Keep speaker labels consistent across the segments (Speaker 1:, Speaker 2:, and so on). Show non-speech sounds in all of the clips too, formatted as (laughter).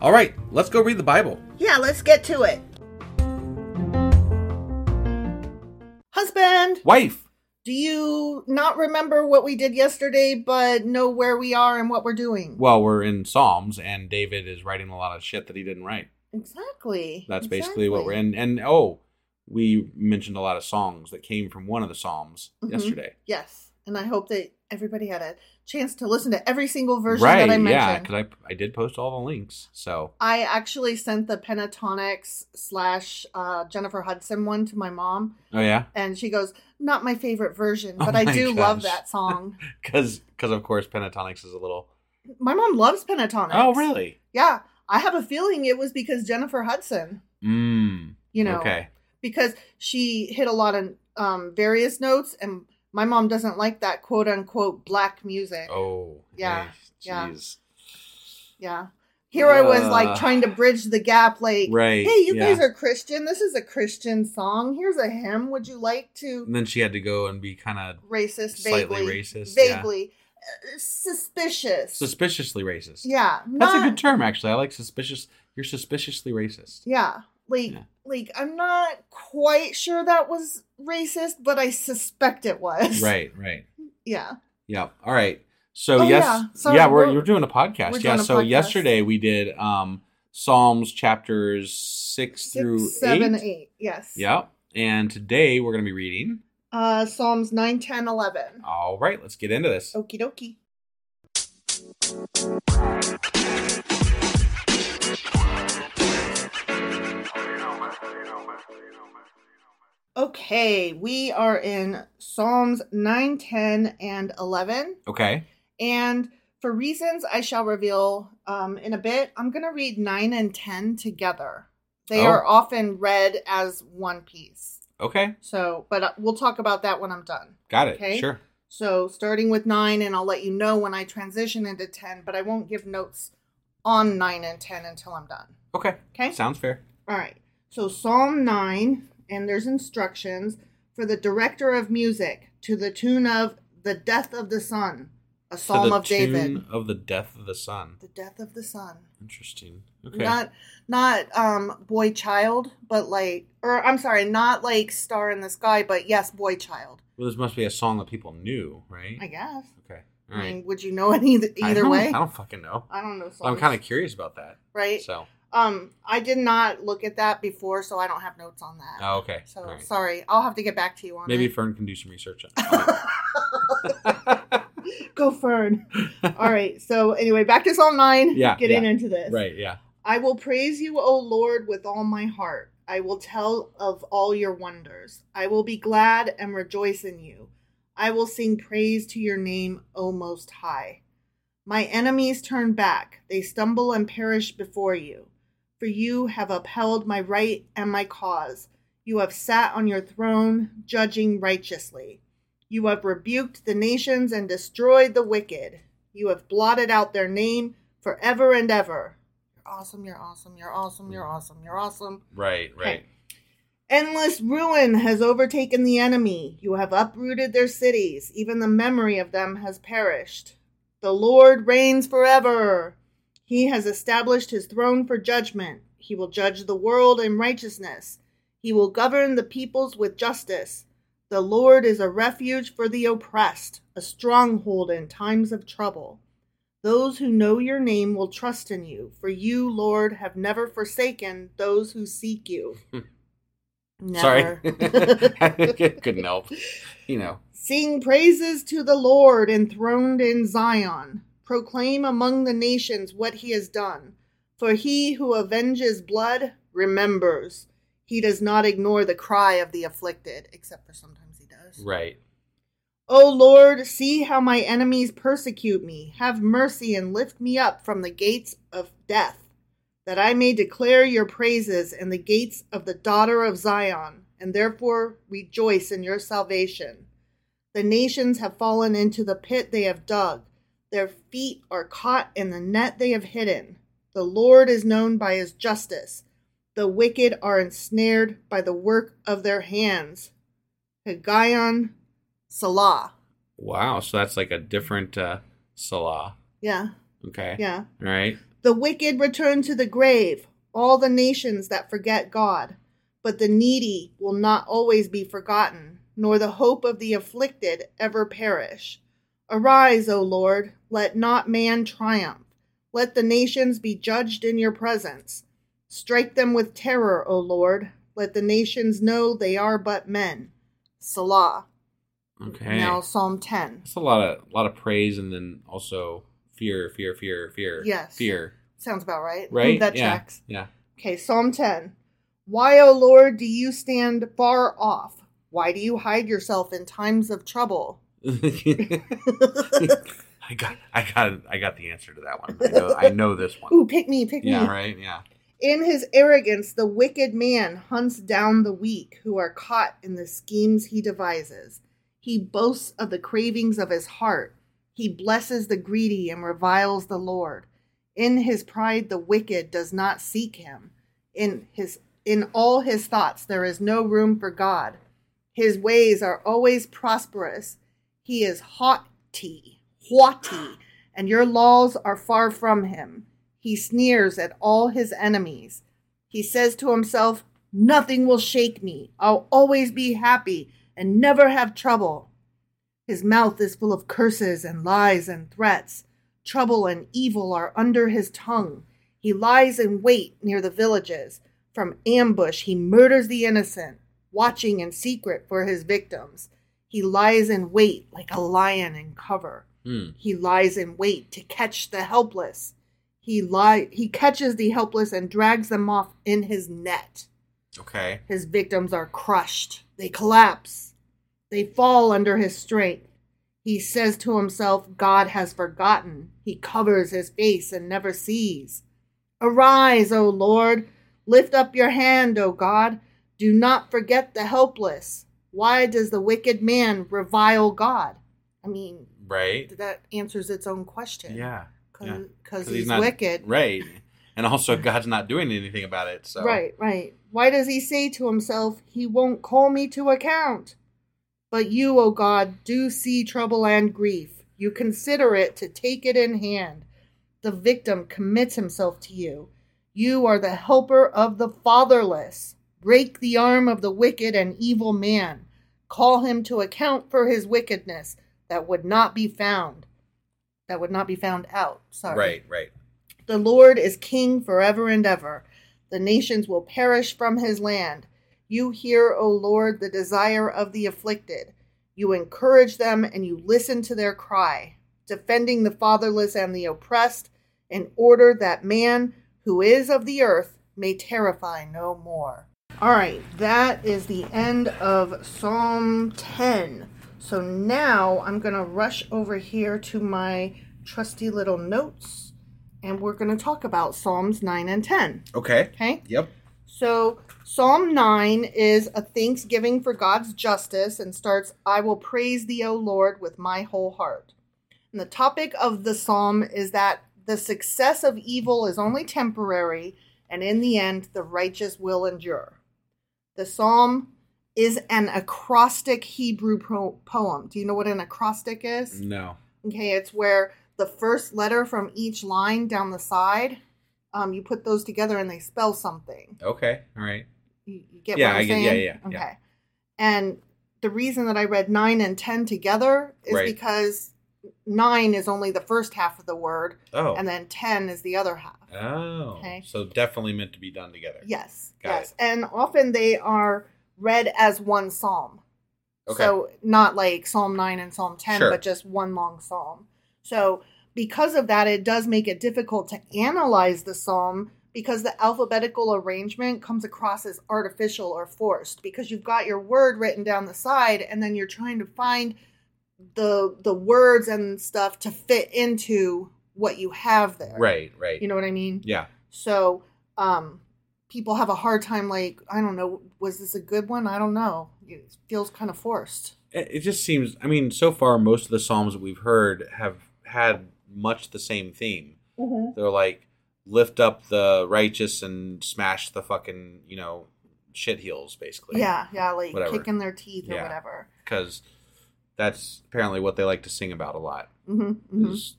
Speaker 1: All right, let's go read the Bible.
Speaker 2: Yeah, let's get to it. Husband,
Speaker 1: Wife,
Speaker 2: do you not remember what we did yesterday, but know where we are and what we're doing?
Speaker 1: Well, we're in Psalms, and David is writing a lot of shit that he didn't write.
Speaker 2: exactly.
Speaker 1: That's basically what we're
Speaker 2: Exactly.
Speaker 1: in. And oh, we mentioned a lot of songs that came from one of the Psalms
Speaker 2: Mhm.
Speaker 1: yesterday.
Speaker 2: Yes, and I hope that everybody had a chance to listen to every single version
Speaker 1: right?
Speaker 2: that I
Speaker 1: yeah,
Speaker 2: mentioned.
Speaker 1: because I I did post all the links. So
Speaker 2: I actually sent the Pentatonics slash uh, Jennifer Hudson one to my mom,
Speaker 1: oh yeah,
Speaker 2: and she goes, "Not my favorite version,
Speaker 1: Oh
Speaker 2: but I
Speaker 1: my
Speaker 2: do love
Speaker 1: gosh.
Speaker 2: that song." (laughs)
Speaker 1: because of course pentatonics is a little.
Speaker 2: my mom loves Pentatonics.
Speaker 1: Oh really?
Speaker 2: Yeah, I have a feeling it was because Jennifer Hudson,
Speaker 1: Mm.
Speaker 2: you know,
Speaker 1: Okay.
Speaker 2: because she hit a lot of um, various notes, and my mom doesn't like that quote unquote black music.
Speaker 1: Oh
Speaker 2: Yeah,
Speaker 1: eh,
Speaker 2: yeah.
Speaker 1: jeez.
Speaker 2: Yeah. Here I was
Speaker 1: Uh,
Speaker 2: like trying to bridge the gap, like,
Speaker 1: Right,
Speaker 2: hey, you
Speaker 1: yeah.
Speaker 2: guys are Christian. This is a Christian song. Here's a hymn. Would you like to
Speaker 1: And then she had to go and be kind of
Speaker 2: racist,
Speaker 1: Slightly
Speaker 2: vaguely,
Speaker 1: racist, yeah.
Speaker 2: vaguely uh, suspicious?
Speaker 1: suspiciously racist.
Speaker 2: yeah,
Speaker 1: That's a
Speaker 2: not-
Speaker 1: good term, actually. I like suspicious. You're suspiciously racist.
Speaker 2: Yeah, like,
Speaker 1: Yeah.
Speaker 2: like I'm not quite sure that was racist, but I suspect it was.
Speaker 1: Right. Right.
Speaker 2: (laughs) Yeah.
Speaker 1: Yeah. All right. So
Speaker 2: Oh,
Speaker 1: yes,
Speaker 2: yeah.
Speaker 1: yeah,
Speaker 2: Sorry,
Speaker 1: we're,
Speaker 2: we're-
Speaker 1: you're doing a podcast.
Speaker 2: we're
Speaker 1: yeah.
Speaker 2: doing a
Speaker 1: so
Speaker 2: podcast.
Speaker 1: yesterday we did um Psalms chapters six, through
Speaker 2: Six, seven,
Speaker 1: eight.
Speaker 2: eight. Yes.
Speaker 1: Yeah. And today we're going to be reading.
Speaker 2: Uh, Psalms 9, 10, 11. Oh.
Speaker 1: All right, let's get into this.
Speaker 2: Okie dokie. Okay, we are in Psalms 9, 10, and 11.
Speaker 3: Okay.
Speaker 2: And for reasons I shall reveal um, in a bit, I'm going to read 9 and 10 together. They
Speaker 3: Oh.
Speaker 2: are often read as one piece.
Speaker 3: Okay.
Speaker 2: So, but uh, we'll talk about that when I'm done.
Speaker 3: Got it.
Speaker 2: Okay.
Speaker 3: Sure.
Speaker 2: So, starting with 9, and I'll let you know when I transition into 10, but I won't give notes on 9 and 10 until I'm done.
Speaker 3: Okay.
Speaker 2: Okay.
Speaker 3: Sounds fair.
Speaker 2: All right. So Psalm 9, and there's instructions for the director of music to the tune of The Death of the Sun, a
Speaker 3: To
Speaker 2: psalm
Speaker 3: the
Speaker 2: of David.
Speaker 3: tune Of the death of the sun.
Speaker 2: The Death of the Sun.
Speaker 3: Interesting. Okay.
Speaker 2: Not not um boy child, but like or I'm sorry, not like star in the sky, but yes, boy child.
Speaker 3: well, this must be a song that people knew, right?
Speaker 2: I guess.
Speaker 3: Okay. All
Speaker 2: I
Speaker 3: right.
Speaker 2: mean, would you know (laughs) it either,
Speaker 3: I
Speaker 2: either
Speaker 3: don't-
Speaker 2: way?
Speaker 3: I don't fucking know.
Speaker 2: I don't know.
Speaker 3: I'm
Speaker 2: songs.
Speaker 3: kind of curious about that.
Speaker 2: right.
Speaker 3: So.
Speaker 2: Um, I did not look at that before, so I don't have notes on that.
Speaker 3: Oh, okay.
Speaker 2: So
Speaker 3: All right.
Speaker 2: sorry, I'll have to get back to you on
Speaker 3: Maybe
Speaker 2: it.
Speaker 3: Fern can do some research
Speaker 2: (laughs)
Speaker 3: on it.
Speaker 2: Go Fern.
Speaker 3: (laughs)
Speaker 2: All right. So anyway, back to Psalm nine.
Speaker 3: Yeah,
Speaker 2: Getting
Speaker 3: yeah.
Speaker 2: into this.
Speaker 3: right, yeah.
Speaker 2: I will praise you, O Lord, with all my heart. I will tell of all your wonders. I will be glad and rejoice in you. I will sing praise to your name, O Most High. My enemies turn back. They stumble and perish before you. For you have upheld my right and my cause. You have sat on your throne, judging righteously. You have rebuked the nations and destroyed the wicked. You have blotted out their name forever and ever. You're awesome, you're awesome, you're awesome, you're awesome, you're awesome.
Speaker 3: Right, right.
Speaker 2: Endless ruin has overtaken the enemy. You have uprooted their cities. Even the memory of them has perished. The Lord reigns forever. He has established his throne for judgment. He will judge the world in righteousness. He will govern the peoples with justice. The Lord is a refuge for the oppressed, a stronghold in times of trouble. Those who know your name will trust in you, for you, Lord, have never forsaken those who seek you.
Speaker 3: Sorry.
Speaker 2: Never.
Speaker 3: (laughs)
Speaker 1: (laughs)
Speaker 3: Couldn't help. You know.
Speaker 2: (laughs) Sing praises to the Lord enthroned in Zion. Proclaim among the nations what he has done. For he who avenges blood remembers. He does not ignore the cry of the afflicted, except for sometimes he does.
Speaker 3: Right.
Speaker 2: O Lord, see how my enemies persecute me. Have mercy and lift me up from the gates of death, that I may declare your praises in the gates of the daughter of Zion, and therefore rejoice in your salvation. The nations have fallen into the pit they have dug, their feet are caught in the net they have hidden. The Lord is known by his justice. The wicked are ensnared by the work of their hands. Hagayon Salah.
Speaker 3: Wow. So that's like a different uh, Salah.
Speaker 2: Yeah,
Speaker 3: Okay.
Speaker 2: yeah.
Speaker 3: All right.
Speaker 2: The wicked return to the grave, all the nations that forget God. But the needy will not always be forgotten, nor the hope of the afflicted ever perish. Arise, O Lord, let not man triumph. Let the nations be judged in your presence. Strike them with terror, O Lord. Let the nations know they are but men. Salah.
Speaker 3: Okay.
Speaker 2: Now Psalm 10.
Speaker 3: That's a lot of lot of praise and then also fear, fear, fear, fear.
Speaker 2: Yes.
Speaker 3: Fear.
Speaker 2: Sounds about right.
Speaker 3: Right?
Speaker 2: That
Speaker 3: yeah.
Speaker 2: checks. (laughs)
Speaker 3: Yeah.
Speaker 2: Okay, Psalm 10. Why, O Lord, do you stand far off? Why do you hide yourself in times of trouble? (laughs)
Speaker 3: I got I got I got the answer to that one. I know I know this one.
Speaker 2: (laughs) Ooh, pick me, pick me.
Speaker 3: Yeah, right, yeah.
Speaker 2: In his arrogance, the wicked man hunts down the weak who are caught in the schemes he devises. He boasts of the cravings of his heart. He blesses the greedy and reviles the Lord. In his pride, the wicked does not seek him. In his in all his thoughts, there is no room for God. His ways are always prosperous. He is haughty, haughty, and your laws are far from him. He sneers at all his enemies. He says to himself, Nothing will shake me. I'll always be happy and never have trouble. His mouth is full of curses and lies and threats. Trouble and evil are under his tongue. He lies in wait near the villages. From ambush, he murders the innocent, watching in secret for his victims. He lies in wait like a lion in cover.
Speaker 3: Hmm.
Speaker 2: He lies in wait to catch the helpless. He li- he catches the helpless and drags them off in his net.
Speaker 1: Okay.
Speaker 2: His victims are crushed. They collapse. They fall under his strength. He says to himself, God has forgotten. He covers his face and never sees. Arise, O Lord. Lift up your hand, O God. Do not forget the helpless. Why does the wicked man revile God? I mean,
Speaker 1: Right.
Speaker 2: that answers its own question.
Speaker 1: Yeah. yeah.
Speaker 2: Because he's, wicked. (laughs)
Speaker 1: Right. And also, God's not doing anything about it. So
Speaker 2: Right, right. Why does he say to himself, He won't call me to account? But you, O God, do see trouble and grief. You consider it to take it in hand. The victim commits himself to you. You are the helper of the fatherless. Break the arm of the wicked and evil man. Call him to account for his wickedness that would not be found. That would not be found out. Sorry.
Speaker 1: Right. Right.
Speaker 2: The Lord is king forever and ever. The nations will perish from his land. You hear, O Lord, the desire of the afflicted. You encourage them and you listen to their cry, defending the fatherless and the oppressed, in order that man who is of the earth may terrify no more. All right, that is the end of Psalm 10. So now I'm going to rush over here to my trusty little notes and we're going to talk about Psalms 9 and 10.
Speaker 1: Okay.
Speaker 2: Okay?
Speaker 1: Yep.
Speaker 2: So, Psalm 9 is a thanksgiving for God's justice and starts, I will praise thee, O Lord, with my whole heart. And the topic of the psalm is that the success of evil is only temporary, and in the end, the righteous will endure. The psalm is an acrostic Hebrew pro- poem. Do you know what an acrostic is?
Speaker 1: No.
Speaker 2: Okay, it's where the first letter from each line down the side, um, you put those together and they spell something.
Speaker 1: Okay. All right.
Speaker 2: You, you get
Speaker 1: Yeah,
Speaker 2: what I'm
Speaker 1: I get-
Speaker 2: saying?
Speaker 1: yeah, yeah,
Speaker 2: Okay.
Speaker 1: yeah.
Speaker 2: And the reason that I read nine and ten together is
Speaker 1: Right.
Speaker 2: because nine is only the first half of the word,
Speaker 1: Oh.
Speaker 2: and then ten is the other half.
Speaker 1: Oh.
Speaker 2: Okay.
Speaker 1: So definitely meant to be done together.
Speaker 2: Yes,
Speaker 1: Got
Speaker 2: yes.
Speaker 1: it.
Speaker 2: And often they are read as one psalm.
Speaker 1: Okay.
Speaker 2: So not like Psalm 9 and Psalm 10,
Speaker 1: Sure.
Speaker 2: but just one long psalm. So because of that, it does make it difficult to analyze the psalm because the alphabetical arrangement comes across as artificial or forced because you've got your word written down the side and then you're trying to find the the words and stuff to fit into what you have there.
Speaker 1: Right. Right.
Speaker 2: You know what I mean?
Speaker 1: Yeah.
Speaker 2: So um, people have a hard time, like, I don't know, was this a good one? I don't know. It feels kind of forced.
Speaker 1: It it just seems. I mean, so far most of the psalms that we've heard have had much the same theme.
Speaker 2: Mm-hmm.
Speaker 1: They're like lift up the righteous and smash the fucking you know shit heels basically.
Speaker 2: yeah, yeah, like
Speaker 1: whatever.
Speaker 2: kicking their teeth or
Speaker 1: Yeah.
Speaker 2: whatever.
Speaker 1: Because that's apparently what they like to sing about a lot
Speaker 2: hmm
Speaker 1: is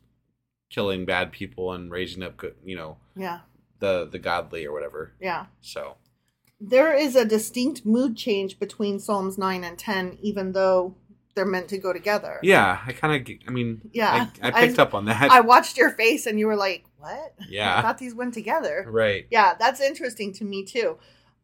Speaker 1: killing bad people and raising up good you know
Speaker 2: Yeah,
Speaker 1: the the godly or whatever.
Speaker 2: yeah.
Speaker 1: So
Speaker 2: There is a distinct mood change between Psalms 9 and 10, even though they're meant to go together.
Speaker 1: yeah, I kind of. I mean,
Speaker 2: Yeah.
Speaker 1: I, I picked
Speaker 2: (laughs) I-
Speaker 1: up on that.
Speaker 2: I watched your face and you were like, what? (laughs)
Speaker 1: Yeah.
Speaker 2: I thought these went together.
Speaker 1: right.
Speaker 2: Yeah, that's interesting to me too.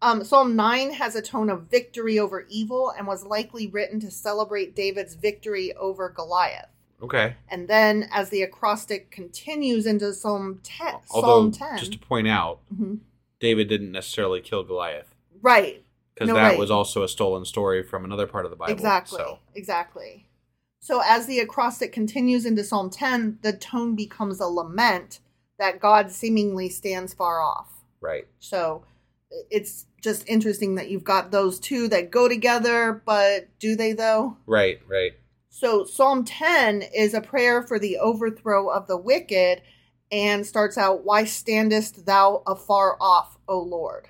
Speaker 2: Um, Psalm 9 has a tone of victory over evil and was likely written to celebrate David's victory over Goliath.
Speaker 1: Okay.
Speaker 2: And then as the acrostic continues into Psalm 10,
Speaker 1: Although,
Speaker 2: Psalm 10.
Speaker 1: just to point out,
Speaker 2: Mhm.
Speaker 1: David didn't necessarily kill Goliath
Speaker 2: Right.
Speaker 1: because
Speaker 2: No,
Speaker 1: that
Speaker 2: right.
Speaker 1: was also a stolen story from another part of the Bible.
Speaker 2: Exactly.
Speaker 1: So,
Speaker 2: Exactly. So as the acrostic continues into Psalm 10, the tone becomes a lament that God seemingly stands far off.
Speaker 1: right.
Speaker 2: So it's just interesting that you've got those two that go together, but do they though?
Speaker 1: Right. Right.
Speaker 2: So Psalm 10 is a prayer for the overthrow of the wicked and starts out, Why standest thou afar off, O Lord?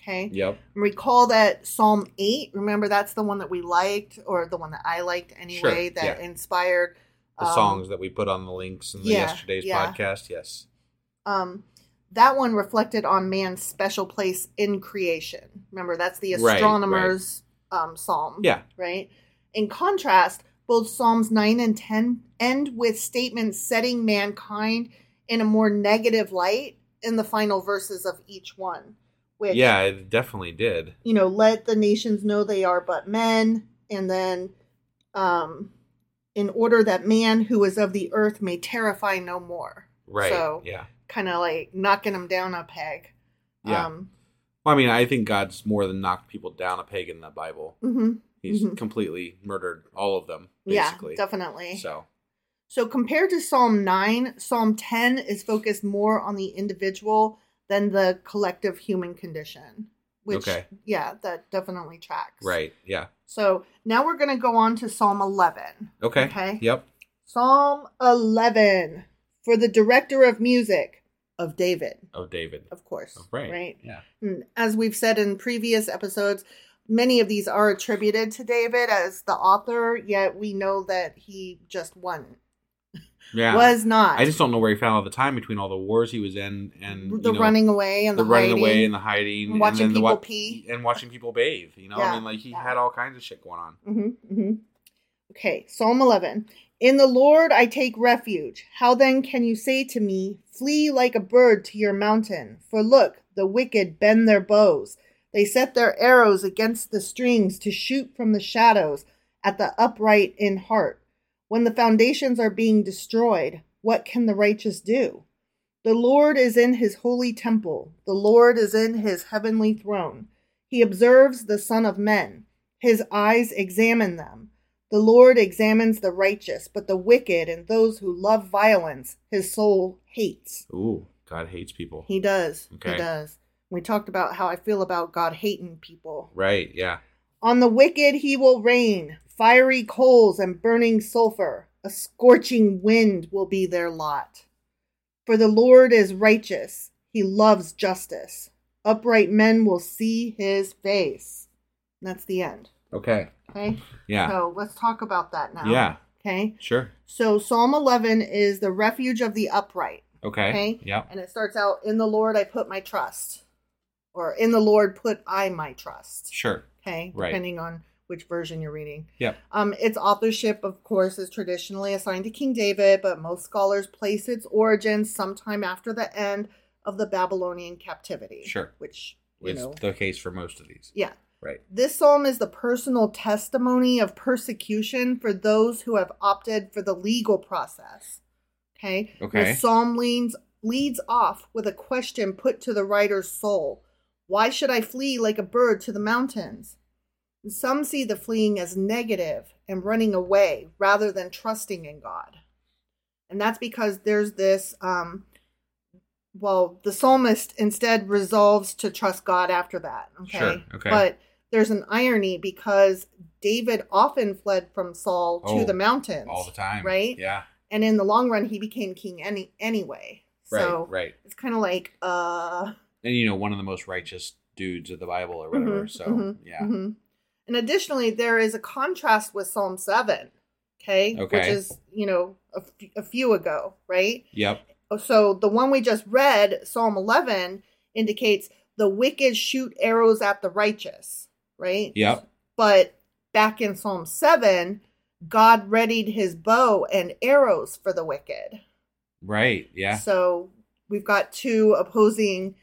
Speaker 2: Okay.
Speaker 1: Yep.
Speaker 2: Recall that Psalm 8, remember that's the one that we liked, or the one that I liked anyway,
Speaker 1: Sure, yeah.
Speaker 2: that inspired
Speaker 1: The
Speaker 2: um,
Speaker 1: songs that we put on the links in the
Speaker 2: yeah,
Speaker 1: yesterday's
Speaker 2: yeah.
Speaker 1: podcast. Yes.
Speaker 2: um, that one reflected on man's special place in creation. Remember, that's the
Speaker 1: Right, right.
Speaker 2: astronomer's Um, psalm.
Speaker 1: Yeah.
Speaker 2: Right? In contrast, both Psalms 9 and 10 end with statements setting mankind in a more negative light in the final verses of each one, which,
Speaker 1: yeah, it definitely did.
Speaker 2: you know, let the nations know they are but men, and then um, in order that man who is of the earth may terrify no more.
Speaker 1: Right.
Speaker 2: So,
Speaker 1: yeah.
Speaker 2: kind of like knocking them down a peg.
Speaker 1: Yeah.
Speaker 2: Um,
Speaker 1: Well, I mean, I think God's more than knocked people down a peg in the Bible.
Speaker 2: hmm
Speaker 1: He's
Speaker 2: Mhm.
Speaker 1: completely murdered all of them,
Speaker 2: Yeah,
Speaker 1: basically.
Speaker 2: definitely.
Speaker 1: So,
Speaker 2: So compared to Psalm 9, Psalm 10 is focused more on the individual than the collective human condition, which
Speaker 1: Okay.
Speaker 2: yeah, that definitely tracks.
Speaker 1: right. Yeah.
Speaker 2: So now we're going to go on to Psalm 11.
Speaker 1: Okay.
Speaker 2: Okay.
Speaker 1: Yep.
Speaker 2: Psalm 11 for the director of music of David,
Speaker 1: Of David.
Speaker 2: of course.
Speaker 1: Right.
Speaker 2: Right.
Speaker 1: Yeah.
Speaker 2: And Mm, As we've said in previous episodes, many of these are attributed to David as the author, yet we know that he just won.
Speaker 1: Yeah.
Speaker 2: Was not.
Speaker 1: I just don't know where he found all the time between all the wars he was in and you
Speaker 2: the
Speaker 1: know,
Speaker 2: running away and
Speaker 1: the,
Speaker 2: the,
Speaker 1: running
Speaker 2: hiding.
Speaker 1: away and the hiding,
Speaker 2: And watching
Speaker 1: and then the
Speaker 2: people
Speaker 1: wa-
Speaker 2: pee.
Speaker 1: and watching people bathe. You know,
Speaker 2: Yeah,
Speaker 1: I mean, like he
Speaker 2: yeah.
Speaker 1: had all kinds of shit going on.
Speaker 2: hmm hmm Okay, Psalm 11. In the Lord I take refuge. How then can you say to me, Flee like a bird to your mountain? For look, the wicked bend their bows. They set their arrows against the strings to shoot from the shadows at the upright in heart. When the foundations are being destroyed, what can the righteous do? The Lord is in his holy temple. The Lord is in his heavenly throne. He observes the Son of Men. His eyes examine them. The Lord examines the righteous, but the wicked and those who love violence, his soul hates.
Speaker 1: Ooh, God hates people.
Speaker 2: He does.
Speaker 1: Okay.
Speaker 2: He does. We talked about how I feel about God hating people.
Speaker 1: right? Yeah.
Speaker 2: On the wicked he will rain fiery coals and burning sulfur. A scorching wind will be their lot. For the Lord is righteous, he loves justice. Upright men will see his face. And that's the end.
Speaker 1: Okay.
Speaker 2: Okay?
Speaker 1: Yeah.
Speaker 2: So let's talk about that now.
Speaker 1: Yeah.
Speaker 2: Okay.
Speaker 1: Sure.
Speaker 2: So Psalm 11 is the refuge of the upright.
Speaker 1: Okay.
Speaker 2: Okay.
Speaker 1: Yeah.
Speaker 2: And it starts out, In the Lord I put my trust. Or, In the Lord put I my trust.
Speaker 1: Sure.
Speaker 2: Okay.
Speaker 1: Right.
Speaker 2: Depending on which version you're reading.
Speaker 1: Yep.
Speaker 2: Um, its authorship, of course, is traditionally assigned to King David, but most scholars place its origins sometime after the end of the Babylonian captivity.
Speaker 1: Sure.
Speaker 2: Which, you
Speaker 1: It's
Speaker 2: know,
Speaker 1: the case for most of these.
Speaker 2: yeah.
Speaker 1: Right.
Speaker 2: This psalm is the personal testimony of persecution for those who have opted for the legal process. Okay.
Speaker 1: Okay.
Speaker 2: The psalm leans, leads off with a question put to the writer's soul Why should I flee like a bird to the mountains? And some see the fleeing as negative and running away rather than trusting in God. And that's because there's this, um, well, the psalmist instead resolves to trust God after that. Okay.
Speaker 1: Sure, okay.
Speaker 2: But there's an irony because David often fled from Saul
Speaker 1: Oh,
Speaker 2: to the mountains
Speaker 1: All the time.
Speaker 2: Right?
Speaker 1: Yeah.
Speaker 2: and in the long run he became king any anyway
Speaker 1: Right.
Speaker 2: so
Speaker 1: Right.
Speaker 2: it's kind of like uh
Speaker 1: And you know, one of the most righteous dudes of the Bible or whatever.
Speaker 2: mhm,
Speaker 1: so
Speaker 2: mhm,
Speaker 1: yeah.
Speaker 2: mhm. and additionally there is a contrast with psalm 7 okay, which
Speaker 1: Okay.
Speaker 2: is you know a, f- a few ago right Oh,
Speaker 1: Yep.
Speaker 2: so the one we just read psalm 11 indicates the wicked shoot arrows at the righteous right
Speaker 1: Yep.
Speaker 2: but back in psalm 7 god readied his bow and arrows for the wicked
Speaker 1: Right. Yeah.
Speaker 2: So we've got two opposing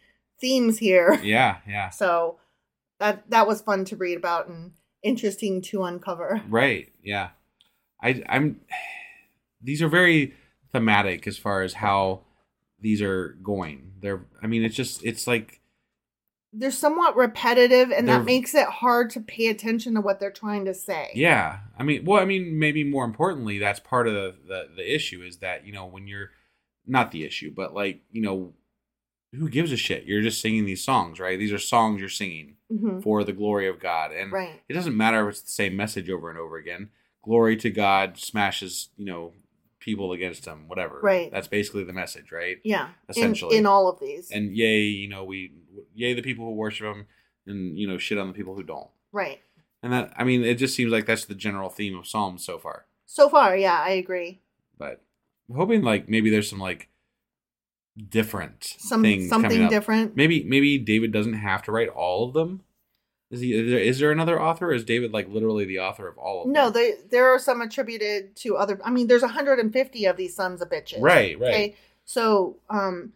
Speaker 2: themes here.
Speaker 1: yeah. Yeah.
Speaker 2: (laughs) So that that was fun to read about and interesting to uncover.
Speaker 1: Right. Yeah. I I'm these are very thematic as far as how these are going. They're I mean it's just it's like
Speaker 2: They're somewhat repetitive and
Speaker 1: They're-
Speaker 2: that makes it hard to pay attention to what they're trying to say.
Speaker 1: yeah. I mean well I mean maybe more importantly that's part of the the, the issue is that you know when you're not the issue but like you know who gives a shit? You're just singing these songs, right? These are songs you're singing
Speaker 2: Mhm.
Speaker 1: for the glory of God and
Speaker 2: Right.
Speaker 1: it doesn't matter if it's the same message over and over again. Glory to God smashes, you know, people against him, whatever.
Speaker 2: Right.
Speaker 1: That's basically the message, right?
Speaker 2: Yeah. in-
Speaker 1: Essentially.
Speaker 2: In, all of these.
Speaker 1: and yay, you know, we yay the people who worship him, and you know, shit on the people who don't.
Speaker 2: right.
Speaker 1: And that, I mean, it just seems like that's the general theme of Psalms so far.
Speaker 2: So far, yeah, I agree.
Speaker 1: But I'm hoping like maybe there's some like different
Speaker 2: Some-
Speaker 1: thing
Speaker 2: something
Speaker 1: coming up.
Speaker 2: different.
Speaker 1: Maybe maybe David doesn't have to write all of them. Is he? Is there, is there another author? Or is David like literally the author of all of
Speaker 2: No,
Speaker 1: them?
Speaker 2: they, there are some attributed to other. I mean, there's 150 of these sons of bitches.
Speaker 1: Right, right.
Speaker 2: So, um,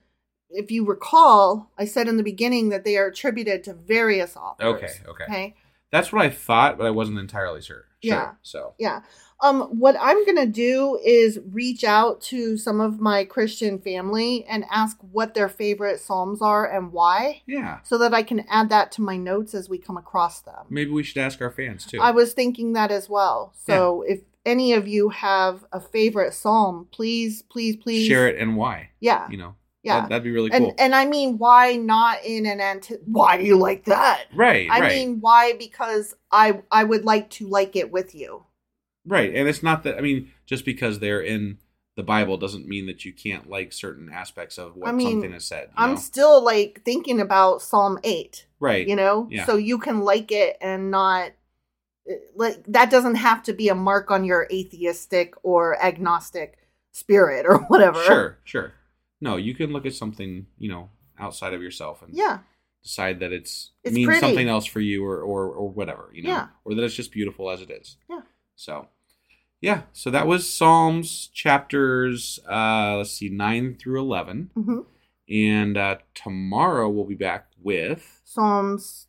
Speaker 2: if you recall, I said in the beginning that they are attributed to various authors.
Speaker 1: Okay, okay.
Speaker 2: Okay.
Speaker 1: That's what I thought, but I wasn't entirely sure. sure.
Speaker 2: Yeah.
Speaker 1: So
Speaker 2: Yeah. Um, what I'm gonna do is reach out to some of my Christian family and ask what their favorite psalms are and why,
Speaker 1: Yeah.
Speaker 2: so that I can add that to my notes as we come across them.
Speaker 1: Maybe we should ask our fans too.
Speaker 2: I was thinking that as well. So if any of you have a favorite psalm, please, please, please
Speaker 1: share it and why.
Speaker 2: Yeah,
Speaker 1: You know.
Speaker 2: yeah.
Speaker 1: That, that'd be really
Speaker 2: and
Speaker 1: cool.
Speaker 2: and I mean, why not in an anti? Why do you like that?
Speaker 1: right.
Speaker 2: I
Speaker 1: right.
Speaker 2: mean, why? Because I I would like to like it with you.
Speaker 1: Right, and it's not that I mean just because they're in the Bible doesn't mean that you can't like certain aspects of what
Speaker 2: I mean,
Speaker 1: something is said. you
Speaker 2: I'm
Speaker 1: know?
Speaker 2: still like thinking about Psalm eight.
Speaker 1: right.
Speaker 2: You know,
Speaker 1: Yeah.
Speaker 2: so you can like it and not like that doesn't have to be a mark on your atheistic or agnostic spirit or (laughs) whatever.
Speaker 1: Sure, sure. No, you can look at something you know outside of yourself and
Speaker 2: Yeah.
Speaker 1: decide that it's,
Speaker 2: It's
Speaker 1: means
Speaker 2: pretty.
Speaker 1: something else for you or or or whatever you know,
Speaker 2: Yeah.
Speaker 1: or that it's just beautiful as it is.
Speaker 2: Yeah.
Speaker 1: So, yeah. So that was Psalms chapters. Uh, let's see, nine through eleven,
Speaker 2: hmm
Speaker 1: and uh, tomorrow we'll be back with. (laughs)
Speaker 2: Psalms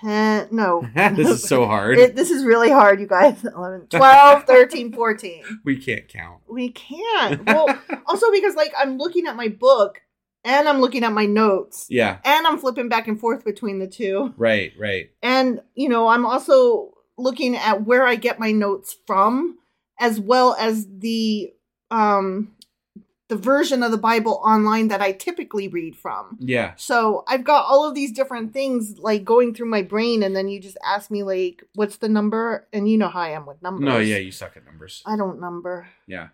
Speaker 2: 10. No.
Speaker 1: this is so hard.
Speaker 2: (laughs) It, this is really hard, you guys. (laughs) 11, 12, 13, 14.
Speaker 1: we can't count.
Speaker 2: We can't.
Speaker 1: (laughs)
Speaker 2: Well, also because, like, I'm looking at my book and I'm looking at my notes
Speaker 1: Yeah.
Speaker 2: and I'm flipping back and forth between the two.
Speaker 1: Right, right.
Speaker 2: And, you know, I'm also looking at where I get my notes from as well as the um the version of the bible online that i typically read from
Speaker 1: Yeah.
Speaker 2: So I've got all of these different things like going through my brain, and then you just ask me like, "What's the number?" And you know how I am with numbers.
Speaker 1: No, yeah, you suck at numbers.
Speaker 2: I don't number.
Speaker 1: Yeah.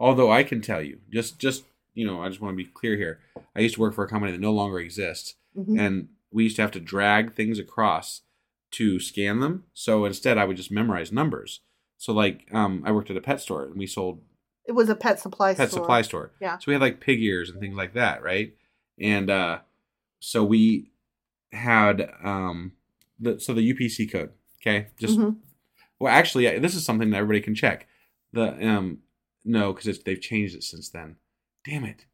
Speaker 1: Although I can tell you, just just you know, I just want to be clear here. I used to work for a company that no longer exists,
Speaker 2: Mhm.
Speaker 1: and we used to have to drag things across to scan them. So instead, I would just memorize numbers. So like, um, I worked at a pet store, and we sold
Speaker 2: It was a pet supply
Speaker 1: pet
Speaker 2: store.
Speaker 1: supply store.
Speaker 2: Yeah.
Speaker 1: So we had like pig ears and things like that, right? And uh, so we had um, the so the UPC code. Okay, just
Speaker 2: Mhm.
Speaker 1: well, actually, I- this is something that everybody can check. The um, no, because they've changed it since then. Damn it.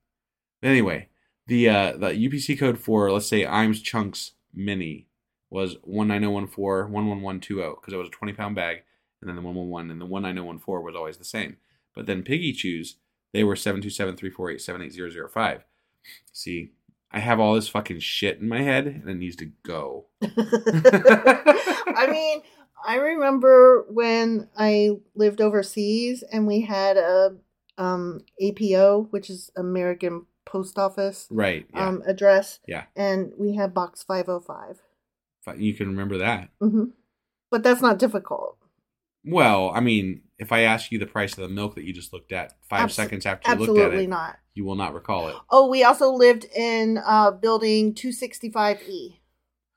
Speaker 1: But anyway, the uh, the UPC code for let's say Iams Chunks Mini was one nine zero one four one one one two zero because it was a twenty pound bag, and then the one one one and the one nine zero one four was always the same. But then Piggy Chews, they were seven two seven three four eight seven eight zero zero five. See, I have all this fucking shit in my head, and it needs to go.
Speaker 2: (laughs) I mean, I remember when I lived overseas and we had a um, APO, which is American Post Office
Speaker 1: Right. Yeah.
Speaker 2: um, address,
Speaker 1: yeah.
Speaker 2: and we had box five hundred five.
Speaker 1: Fi- You can remember that.
Speaker 2: Mm-hmm. But that's not difficult.
Speaker 1: Well, I mean, if I ask you the price of the milk that you just looked at five
Speaker 2: Abso-
Speaker 1: seconds after you
Speaker 2: Absolutely
Speaker 1: looked at it,
Speaker 2: not.
Speaker 1: you will not recall it.
Speaker 2: Oh, we also lived in uh, building 265E.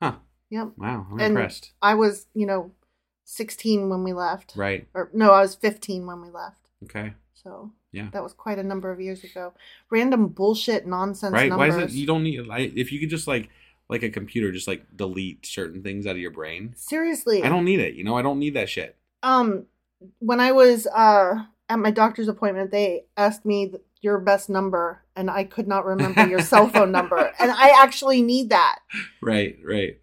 Speaker 1: Huh.
Speaker 2: Yep.
Speaker 1: Wow. I'm
Speaker 2: And
Speaker 1: impressed.
Speaker 2: I was, you know, 16 when we left.
Speaker 1: Right.
Speaker 2: Or no, I was 15 when we left.
Speaker 1: Okay.
Speaker 2: So
Speaker 1: Yeah.
Speaker 2: that was quite a number of years ago. Random bullshit nonsense
Speaker 1: right.
Speaker 2: numbers.
Speaker 1: Why is it you don't need, I, if you could just like, like a computer, just like delete certain things out of your brain.
Speaker 2: Seriously.
Speaker 1: I don't need it. You know, I don't need that shit.
Speaker 2: um when I was uh at my doctor's appointment, they asked me th- your best number and I could not remember your cell phone
Speaker 1: (laughs)
Speaker 2: number. And I actually need that.
Speaker 1: Right. Right.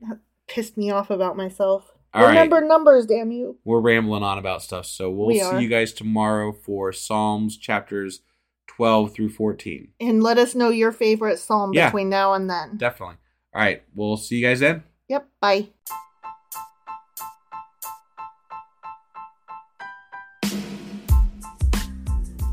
Speaker 2: Pissed me off about myself.
Speaker 1: All right.
Speaker 2: remember numbers, damn you.
Speaker 1: We're rambling on about stuff. So we'll
Speaker 2: We
Speaker 1: see
Speaker 2: are.
Speaker 1: you guys tomorrow for Psalms chapters 12 through 14.
Speaker 2: And let us know your favorite psalm
Speaker 1: Yeah.
Speaker 2: between now and then.
Speaker 1: Definitely. All right. We'll see you guys then.
Speaker 2: yep. Bye.